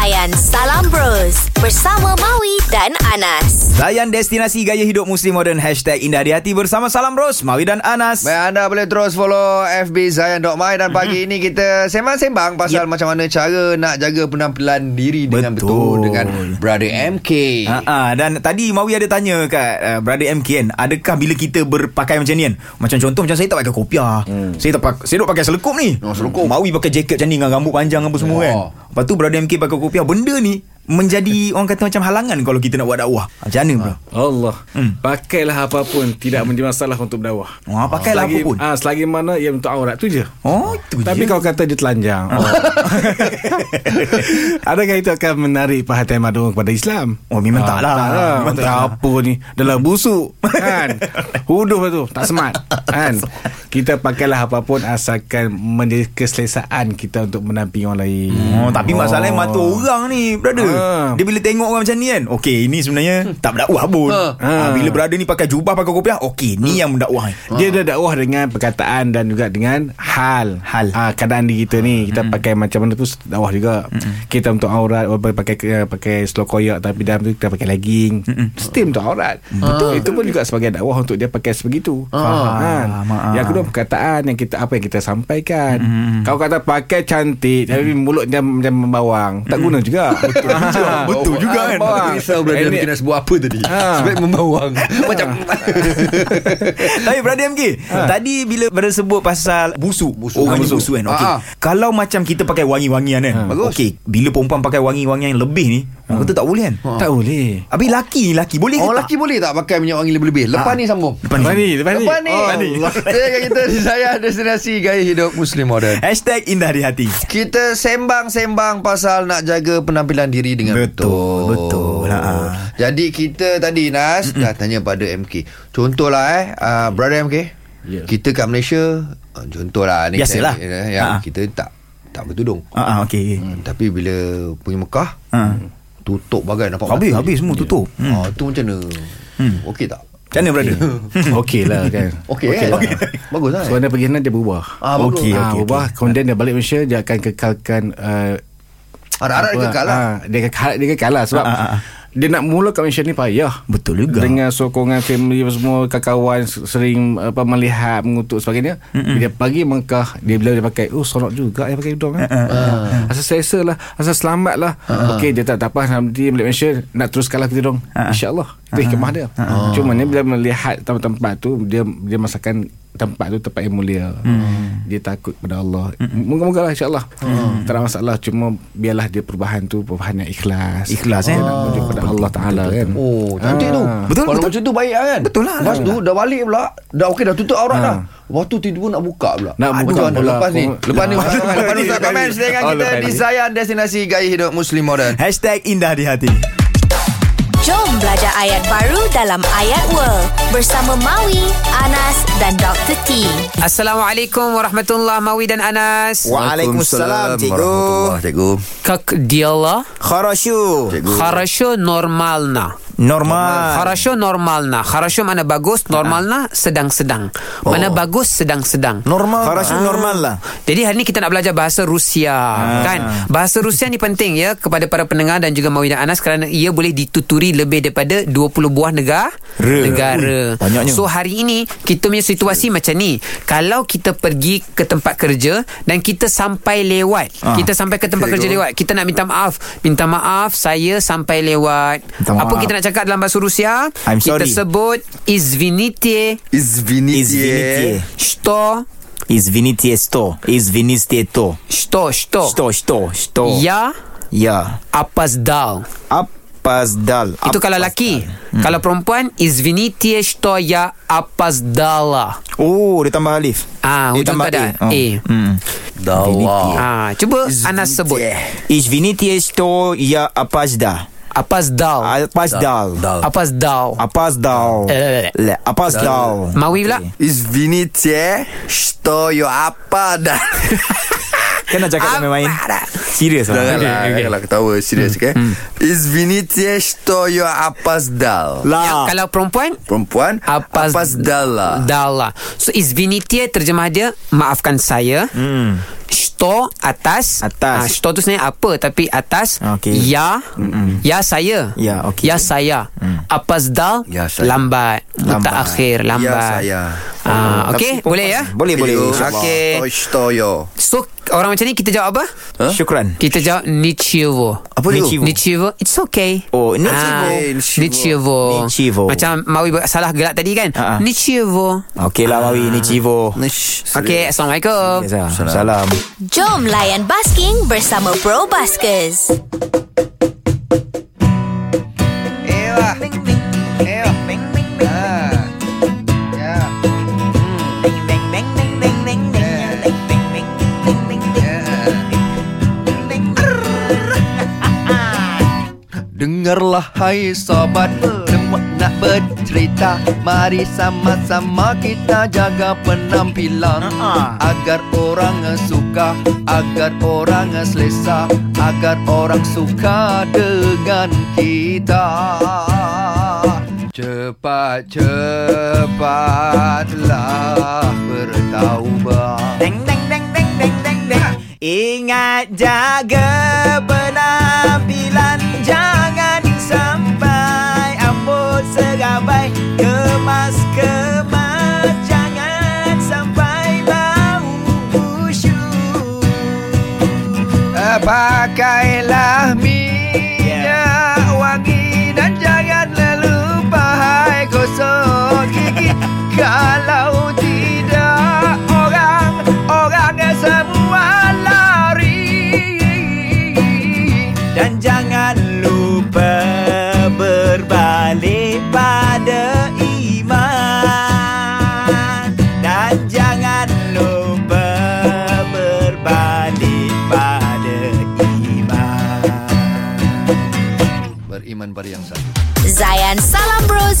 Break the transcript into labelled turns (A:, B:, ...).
A: layan Salam Bros bersama Maui dan Anas.
B: Layan destinasi gaya hidup Muslim Modern Hashtag Indah di Hati bersama Salam Bros Mawi dan Anas
C: Baik, anda boleh terus follow FB Zayan.my dan pagi ini kita sembang-sembang pasal yep. macam mana cara nak jaga penampilan diri dengan
B: Betul.
C: betul, dengan Brother MK.
B: Ha, ha, dan tadi Mawi ada tanya kat uh, Brother MK kan Adakah bila kita berpakaian macam ni kan Macam contoh macam saya tak pakai kopiah hmm. Saya tak pakai, saya duk pakai selekup ni
C: Oh, selekup.
B: Mawi pakai jaket macam ni Dengan rambut panjang apa semua
C: Oh.
B: kan Lepas tu Brother MK pakai kopiah Benda ni Menjadi orang kata macam halangan Kalau kita nak buat dakwah Macam mana bro
D: Allah hmm. Pakailah apa pun Tidak menjadi masalah untuk berdakwah
B: Wah, Hmm. Oh, pakailah apa
D: Selagi-
B: pun.
D: ah, Selagi mana Ia untuk aurat tu je
B: Oh itu je.
D: Tapi
B: Ah.
D: kalau kata dia telanjang oh. Adakah itu akan menarik Perhatian mata orang kepada Islam
B: Oh, memang tak lah.
D: Tak lah
B: Memang tak
D: Tak
B: lah.
D: apa ni Dalam busuk kan? Huduh tu Tak smart kan? Kita pakailah apa pun Asalkan menjadi keselesaan Kita untuk menampingi orang lain
B: Oh, tapi masalahnya mata orang ni, brother.
D: Ha.
B: Dia bila tengok orang macam ni kan, okey, ini sebenarnya tak berdakwah pun. Ha.
C: Ha.
B: bila brother ni pakai jubah, pakai kopiah, okey, ni yang berdakwah.
D: Dia dah dakwah dengan perkataan dan juga dengan hal.
B: Hal.
D: Ah, keadaan diri kita ni kita mm. pakai macam mana pun dakwah juga. Mm. Kita untuk aurat walaupun pakai eh, pakai slow koyak tapi dalam tu kita pakai legging. Mm. Still untuk aurat. Betul. Itu pun juga sebagai dakwah untuk dia pakai sebegitu. Faham.
B: ah.
D: Yang kedua perkataan yang kita apa yang kita sampaikan. Mm. Kau kata pakai cantik tapi mulut dia macam membawang. Tak guna juga. ah. Betul.
B: Betul
C: Oh, ah,
B: juga kan?
D: Bawang.
C: Risau Brother
D: Ini-
C: MK nak sebut apa tadi.
D: Ah.
C: Sebab membawang. macam
B: Tapi brother MK, tadi bila brother sebut pasal busuk, busuk. orang ni
D: Busuk.
B: busuk kan. Okey.
C: Ha, ha.
B: Kalau macam kita pakai wangi-wangian kan.
C: Bagus.
B: Okey, bila perempuan pakai wangi-wangian yang lebih ni, orang kata tak boleh kan.
D: Tak boleh.
B: Habis laki ni Oh, laki boleh ke
C: Orang
B: tak?
C: lelaki boleh tak pakai minyak wangi lebih-lebih? Lepas
B: Ah.
C: ni sambung.
B: Depan
D: Lepas
B: ni.
D: ni, lepas ni.
C: Lepas ni.
D: Oh,
C: Allah. Saya dengan kita di Zayan Destinasi Gaya Hidup Muslim Modern.
B: Hashtag indah di hati.
C: Kita sembang-sembang pasal nak jaga penampilan diri dengan
B: Betul,
C: betul.
B: betul. Ha.
C: Jadi kita tadi Nas Mm-mm. dah tanya pada MK. Contohlah eh, uh, brother MK.
D: Ya.
C: Yeah. Kita kat Malaysia, uh, contohlah ni
B: Biasalah.
C: Saya, eh, yang
B: Ha.
C: kita tak tak bertudung.
B: Ha ah, okey.
C: Hmm. Tapi bila punya Mekah,
B: Ha.
C: tutup bagai nampak
B: Habis
C: mata.
B: habis semua tutup.
C: Hmm. Ah, tu macam mana? Hmm. Okey tak?
B: Macam mana brother?
D: Okey lah kan.
C: Okey.
D: Okey
C: Okay,
D: lah.
C: okay. Bagus lah.
D: So anda pergi sana dia berubah.
C: Ah, bagus.
B: Okey,
D: ah,
B: okey,
D: berubah
B: okey.
D: kemudian dia balik Malaysia dia akan kekalkan uh,
C: Harap-harap
D: apa,
C: dia kekal lah.
B: ha.
D: ah, dia kekal dia kekal lah sebab
B: Ah, ah, ah.
D: dia nak mula kat Malaysia ni payah.
B: Betul juga.
D: Dengan sokongan family apa semua kawan sering apa melihat mengutuk sebagainya. Mm-mm. Dia pergi Mekah dia bila dia pakai oh sonok juga dia pakai hidung kan. Ah. Asal selesa lah Asal selamat lah Okey dia tak, tak apa Nanti balik Malaysia Nak terus kalah kita dong
B: Ah.
D: InsyaAllah Itu hikmah dia Cuma ni bila melihat tempat-tempat tu Dia dia masakan tempat tu tempat yang mulia
B: Hmm.
D: Dia takut pada Allah Moga-moga lah insyaAllah Tak ada masalah Cuma biarlah dia perubahan tu Perubahan yang ikhlas
B: Ikhlas, eh?
D: Dia nak menuju kepada Allah Ta'ala kan
C: Oh cantik
D: Ah.
C: tu
B: Betul,
C: Kalau
B: betul.
C: macam tu baik lah kan
B: Betul lah.
C: Lepas tu dah balik pula Dah okey dah tutup aurat
D: Ha.
C: dah Lepas tu tiba-tiba nak buka pula
D: Nak
C: Aduh,
D: buka
C: anak,
D: pula.
C: Lepas ni
D: Kau-
C: Lepas ni
D: Lepas
C: Ustaz
D: ni.
C: komen Lepas ni Ustaz komen Sedangkan
D: Oh,
C: kita
D: lepas
C: di
D: ni.
C: Zayan Destinasi Gaya Hidup Muslim Modern
B: Hashtag indah di hati.
A: Jom belajar ayat baru dalam Ayat World bersama Maui, Anas dan Dr. T.
E: Assalamualaikum warahmatullahi Mawi dan Anas.
B: Waalaikumsalam, cikgu.
C: warahmatullahi, Cikgu
E: Kak diala
B: Kharashu.
E: kharasho normalna.
B: Normal.
E: Kharasho normalna. Kharasho mana bagus, normalna sedang-sedang. Mana bagus sedang-sedang.
B: Normal. Kharashu
E: Ah.
B: normal lah. Ah.
E: Jadi hari ni kita nak belajar bahasa Rusia kan. Bahasa Rusia ni penting ya kepada para pendengar dan juga Mawi dan Anas kerana ia boleh dituturi lebih daripada 20 buah negara
B: Re. Ui,
E: negara.
B: banyaknya.
E: So hari ini kita punya situasi macam ni. Kalau kita pergi ke tempat kerja dan kita sampai lewat.
B: Ah.
E: Kita sampai ke tempat kerja lewat, kita nak minta maaf. Minta maaf saya sampai lewat.
B: Minta maaf.
E: Apa kita nak cakap dalam bahasa Rusia?
B: I'm
E: kita
B: sorry.
E: sebut izvinite
B: Izvinitie.
E: что
B: Izvinitie sto. Izvinitie to.
E: что что.
B: Sto, sto, sto.
E: Я
B: Ya.
E: опоздал.
B: Apazdal.
E: Itu kalau laki. Kalau perempuan, извините, что я опоздала.
B: Oh, dia tambah alif.
E: Ah,
B: Dia
E: hujung
B: tambah
E: tak ada.
B: A. Oh.
E: A.
B: Hmm.
C: Dawa
E: Ah, cuba Anas sebut.
B: Izvinitie sto ya apazda.
E: Опоздал.
B: Apazdal.
E: Опоздал.
B: Apazdal.
E: Eh.
B: Le, Apazdal.
E: Mawi pula.
C: Izvinite Что я apa dah
B: Kan nak cakap main-main
E: Amat.
B: Serius lah
F: Janganlah okay, okay. Janganlah ketawa Serius
C: Hmm,
F: okay Извините Что я опоздал
E: Ya,
B: Lah
E: kalau perempuan lah.
F: Perempuan
E: Apaz-
F: Опоздала
E: Dala So извините Terjemah dia Maafkan saya
B: Hmm.
E: Что atas
B: Atas.
E: Ah, Что tu sebenarnya apa Tapi atas
B: Okey.
E: Ya Mm-mm. Ya saya
B: Ya, okey.
E: Ya saya mm. Apazdal
F: Ya, saya.
E: Lambat Mutaakhir Lambat
F: saya.
E: ah, Okey
B: Tapi
E: boleh ya
B: Boleh
F: Eh,
B: boleh InsyaAllah.
E: Okey.
F: Что я
E: So orang macam ni Kita jawab apa
F: Huh?
B: Syukran
E: Kita jawab Nichivo
F: Apa tu?
B: Nichivo.
E: Nichivo It's okay
B: Oh, Nichivo.
E: Ah,
F: Nichivo.
E: Nichivo
B: Nichivo.
E: Macam Mawi ber- salah gelak tadi kan
B: Ah, ah.
E: Nichivo
B: Okey lah Mawi Ni Civo lah.
E: Okay Assalamualaikum
B: Salam
A: Jom layan basking bersama Pro Baskers.
C: Ella. Ella. Ah. Yeah. Yeah. Yeah. Dengarlah hai sobat Semua nak bercerita Mari sama-sama kita jaga penampilan Agar orang suka Agar orang selesa Agar orang suka dengan kita Cepat cepatlah bertaubat
B: Ingat jaga penampilan Jangan sampai Ambut serabai Kemas-kemas Jangan sampai Bau busuk
C: Pakailah minyak wangi dan janganlah lupa hai gosok gigi Kalau tidak orang, orang semua lari
B: Dan jangan lupa berbalik pada iman Dan jangan lupa berbalik pada iman
C: Beriman pada yang satu
A: Zayan Salam Bros